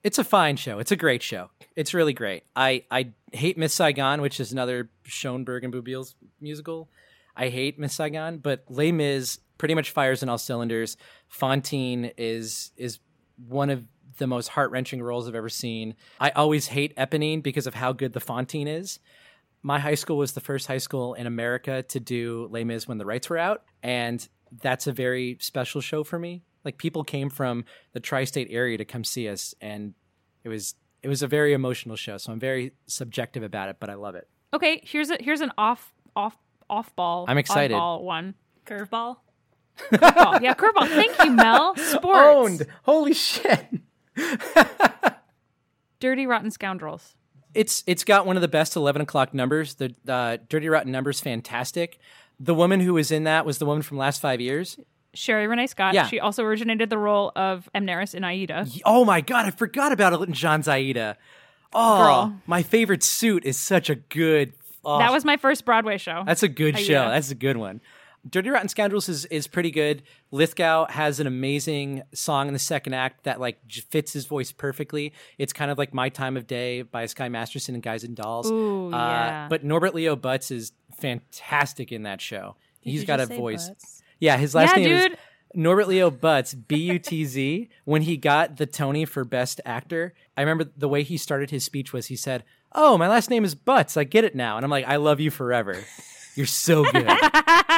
Speaker 3: It's a fine show. It's a great show. It's really great. I, I hate Miss Saigon, which is another Schoenberg and Boublil musical. I hate Miss Saigon, but Les Mis pretty much fires on all cylinders. Fontaine is is one of the most heart wrenching roles I've ever seen. I always hate Eponine because of how good the Fontaine is. My high school was the first high school in America to do Les Mis when the rights were out, and that's a very special show for me. Like people came from the tri-state area to come see us, and it was it was a very emotional show. So I'm very subjective about it, but I love it.
Speaker 1: Okay, here's a here's an off off off ball.
Speaker 3: I'm excited.
Speaker 1: Oddball one.
Speaker 2: Curveball.
Speaker 1: Curveball. yeah, curveball. Thank you, Mel. Sports.
Speaker 3: Owned. Holy shit.
Speaker 1: Dirty Rotten Scoundrels.
Speaker 3: It's it's got one of the best eleven o'clock numbers. The uh, Dirty Rotten numbers fantastic. The woman who was in that was the woman from last five years.
Speaker 1: Sherry Renee Scott.
Speaker 3: Yeah.
Speaker 1: She also originated the role of Amneris in Aida.
Speaker 3: Y- Oh my god, I forgot about Elton John's Aida. Oh,
Speaker 1: Girl.
Speaker 3: my favorite suit is such a good. oh,
Speaker 1: That was my first Broadway show.
Speaker 3: That's a good
Speaker 1: Aida.
Speaker 3: show. That's a good one. Dirty Rotten Scoundrels is is pretty good. Lithgow has an amazing song in the second act that like j- fits his voice perfectly. It's kind of like My Time of Day by Sky Masterson and Guys and Dolls.
Speaker 1: Ooh,
Speaker 3: Uh,
Speaker 1: yeah.
Speaker 3: But Norbert Leo Butz is fantastic in that show. He's
Speaker 2: You
Speaker 3: got a
Speaker 2: just say
Speaker 3: voice.
Speaker 2: butts.
Speaker 3: Yeah, his last
Speaker 1: Yeah,
Speaker 3: name is
Speaker 1: dude.
Speaker 3: Norbert Leo Butz, B U T Z. When he got the Tony for Best Actor, I remember the way he started his speech was he said, "Oh, my last name is Butz. I get it now." And I'm like, "I love you forever. You're so good."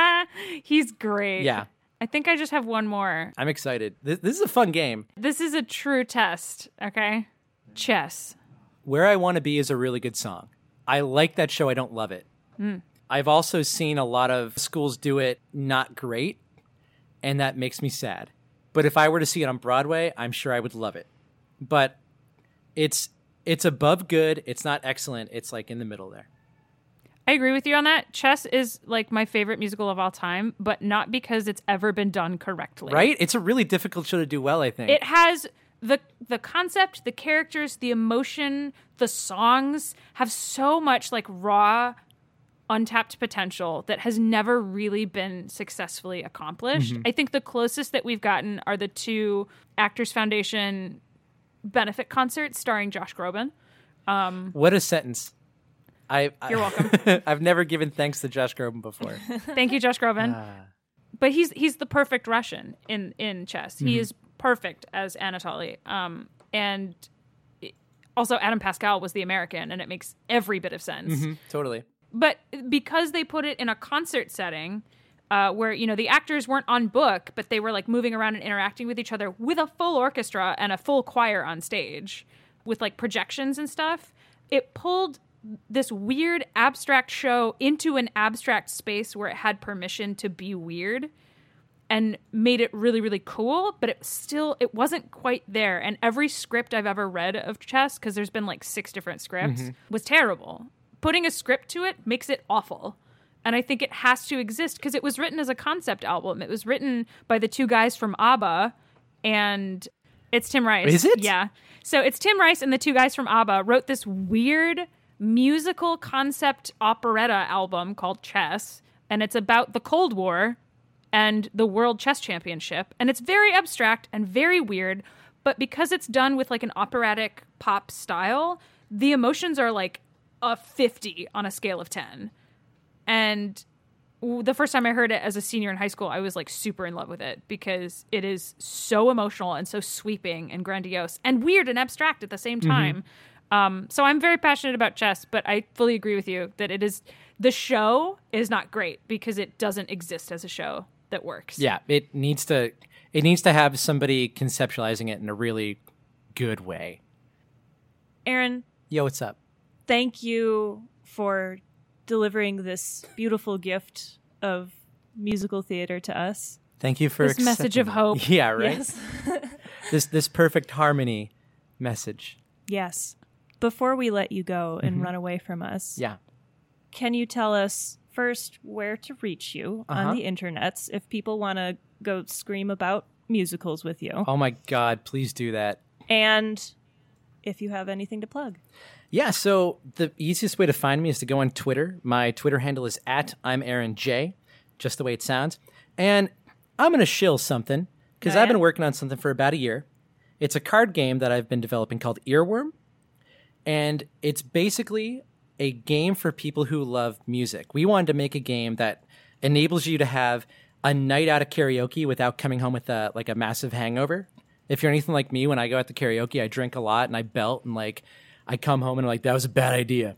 Speaker 1: He's great.
Speaker 3: Yeah.
Speaker 1: I think I just have one more.
Speaker 3: I'm excited. This, this is a fun game.
Speaker 1: This is a true test, okay? Chess.
Speaker 3: Where I Want to Be is a really good song. I like that show. I don't love it.
Speaker 1: Hmm.
Speaker 3: I've also seen a lot of schools do it not great, and that makes me sad. But if I were to see it on Broadway, I'm sure I would love it. But it's it's above good. It's not excellent. It's like in the middle there.
Speaker 1: I agree with you on that. Chess is like my favorite musical of all time, but not because it's ever been done correctly.
Speaker 3: Right? It's a really difficult show to do well, I think.
Speaker 1: It has the the concept, the characters, the emotion, the songs have so much like raw untapped potential that has never really been successfully accomplished. I think the closest that we've gotten are the two Actors Foundation benefit concerts starring Josh Groban.
Speaker 3: what a sentence. I,
Speaker 1: You're
Speaker 3: welcome. I've never given thanks to Josh Groban before.
Speaker 1: Thank you, Josh Groban. But he's he's the perfect Russian in in chess. He is perfect as Anatoly. Um, and it- also Adam Pascal was the American, and it makes every bit of sense.
Speaker 3: totally.
Speaker 1: But because they put it in a concert setting. Uh, where you know the actors weren't on book, but they were like moving around and interacting with each other with a full orchestra and a full choir on stage, with like projections and stuff. It pulled this weird abstract show into an abstract space where it had permission to be weird and made it really really cool but it still it wasn't quite there and every script i've ever read of chess because there's been like six different scripts was terrible putting a script to it makes it awful and i think it has to exist because it was written as a concept album it was written by the two guys from abba and it's tim rice
Speaker 3: Is it?
Speaker 1: yeah so it's tim rice and the two guys from abba wrote this weird musical concept operetta album called chess and it's about the cold war and the World Chess Championship. And it's very abstract and very weird, but because it's done with like an operatic pop style, the emotions are like a 50 on a scale of 10. And w- the first time I heard it as a senior in high school, I was like super in love with it because it is so emotional and so sweeping and grandiose and weird and abstract at the
Speaker 3: Mm-hmm.
Speaker 1: same time. Um, so I'm very passionate about chess, but I fully agree with you that it is the show is not great because it doesn't exist as a show that works.
Speaker 3: Yeah, it needs to it needs to have somebody conceptualizing it in a really good way.
Speaker 2: Aaron,
Speaker 3: Yo, what's up?
Speaker 2: thank you for delivering this beautiful gift of musical theater to us.
Speaker 3: Thank you for
Speaker 1: This message
Speaker 3: accepting
Speaker 1: of
Speaker 3: it.
Speaker 1: hope.
Speaker 3: Yeah, right.
Speaker 2: Yes.
Speaker 3: This this perfect harmony message.
Speaker 2: yes. Before we let you go and run away from us,
Speaker 3: Mm-hmm. Yeah.
Speaker 2: can you tell us first where to reach you
Speaker 3: Uh-huh.
Speaker 2: on the internets if people want to go scream about musicals with you?
Speaker 3: Oh my god, please do that.
Speaker 2: And if you have anything to plug.
Speaker 3: Yeah, so the easiest way to find me is to go on Twitter. My Twitter handle is at I'm Aaron J, just the way it sounds. And I'm gonna shill something because
Speaker 2: Oh,
Speaker 3: I've
Speaker 2: yeah?
Speaker 3: been working on something for about a year. It's a card game that I've been developing called Earworm, and it's basically a game for people who love music. We wanted to make a game that enables you to have a night out of karaoke without coming home with a, like a massive hangover. If you're anything like me, when I go out to karaoke, I drink a lot and I belt and like I come home and I'm like that was a bad idea.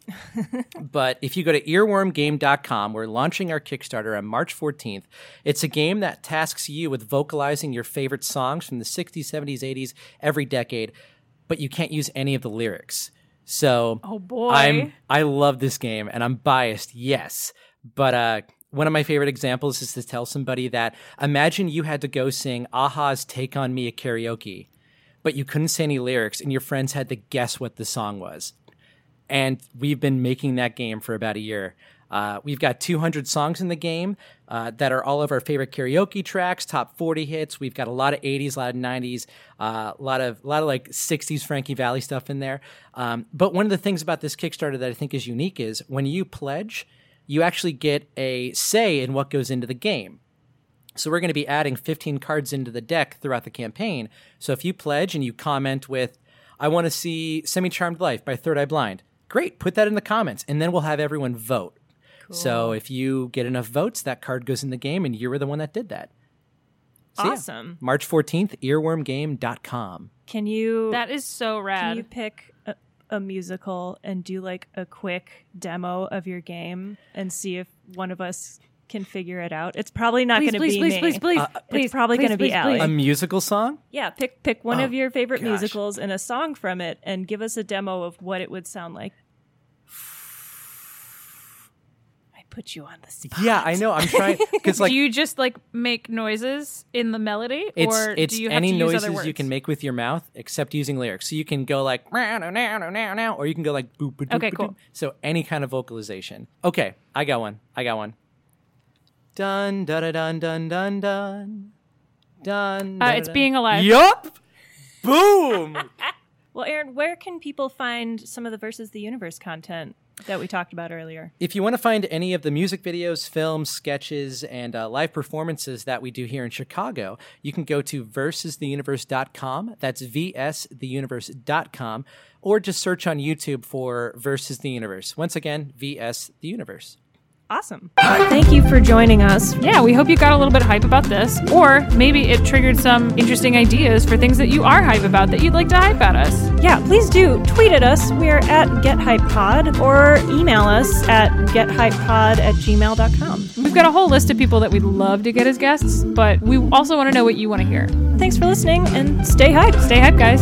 Speaker 3: but if you go to earwormgame.com, we're launching our Kickstarter on March 14th. It's a game that tasks you with vocalizing your favorite songs from the 60s, 70s, 80s, every decade, but you can't use any of the lyrics. So
Speaker 1: Oh boy.
Speaker 3: I'm I love this game and I'm biased, yes. But uh one of my favorite examples is to tell somebody that imagine you had to go sing Aha's Take on Me at karaoke, but you couldn't say any lyrics and your friends had to guess what the song was. And we've been making that game for about a year. Uh, we've got 200 songs in the game uh, that are all of our favorite karaoke tracks, top 40 hits. We've got a lot of 80s, a lot of 90s, uh, a lot of a lot of like 60s Frankie Valley stuff in there. Um, but one of the things about this Kickstarter that I think is unique is when you pledge, you actually get a say in what goes into the game. So we're going to be adding 15 cards into the deck throughout the campaign. So if you pledge and you comment with, I want to see Semi Charmed Life by Third Eye Blind, great, put that in the comments, and then we'll have everyone vote. So if you get enough votes, that card goes in the game, and you were the one that did that. So yeah,
Speaker 2: Awesome.
Speaker 3: March 14th, earwormgame.com.
Speaker 2: Can you
Speaker 1: That is so
Speaker 2: can you
Speaker 1: rad.
Speaker 2: pick a, a musical and do like a quick demo of your game and see if one of us can figure it out? It's probably not
Speaker 1: Please,
Speaker 2: going to
Speaker 1: please,
Speaker 2: be
Speaker 1: please,
Speaker 2: me.
Speaker 1: please, please,
Speaker 3: Uh,
Speaker 1: please,
Speaker 3: it's
Speaker 1: please.
Speaker 2: probably gonna be
Speaker 1: please,
Speaker 2: Ally.
Speaker 1: please.
Speaker 3: A musical song?
Speaker 2: Yeah, pick pick one
Speaker 3: Oh,
Speaker 2: of your favorite
Speaker 3: gosh.
Speaker 2: musicals and a song from it, and give us a demo of what it would sound like. I put you on the spot.
Speaker 3: Yeah, I know. I'm trying because like
Speaker 1: do you just like make noises in the melody,
Speaker 3: it's
Speaker 1: or
Speaker 3: it's
Speaker 1: do you have
Speaker 3: any
Speaker 1: to use
Speaker 3: noises
Speaker 1: other words?
Speaker 3: you can make with your mouth except using lyrics. So you can go like "Meow, no, meow, no, meow, meow," or you can go like boop. ba, doop,
Speaker 1: Okay,
Speaker 3: ba,
Speaker 1: cool.
Speaker 3: doop. So any kind of vocalization. Okay, I got one. I got one. Dun da da dun dun dun dun dun.
Speaker 1: Uh,
Speaker 3: da,
Speaker 1: it's
Speaker 3: da,
Speaker 1: being alive.
Speaker 3: Yup. Boom.
Speaker 2: Well, Aaron, where can people find some of the versus the universe content that we talked about earlier?
Speaker 3: If you want to find any of the music videos, films, sketches, and uh, live performances that we do here in Chicago, you can go to versustheuniverse.com. That's vstheuniverse.com. Or just search on YouTube for Versus the Universe. Once again, VS the Universe.
Speaker 2: Awesome. Thank you for joining us.
Speaker 1: Yeah, we hope you got a little bit hype about this, or maybe it triggered some interesting ideas for things that you are hype about that you'd like to hype at us.
Speaker 2: Yeah, please do tweet at us. We are at GetHypePod or email us at GetHypePod at gmail.com.
Speaker 1: We've got a whole list of people that we'd love to get as guests, but we also want to know what you want to hear.
Speaker 2: Thanks for listening and stay hyped.
Speaker 1: Stay hype, guys.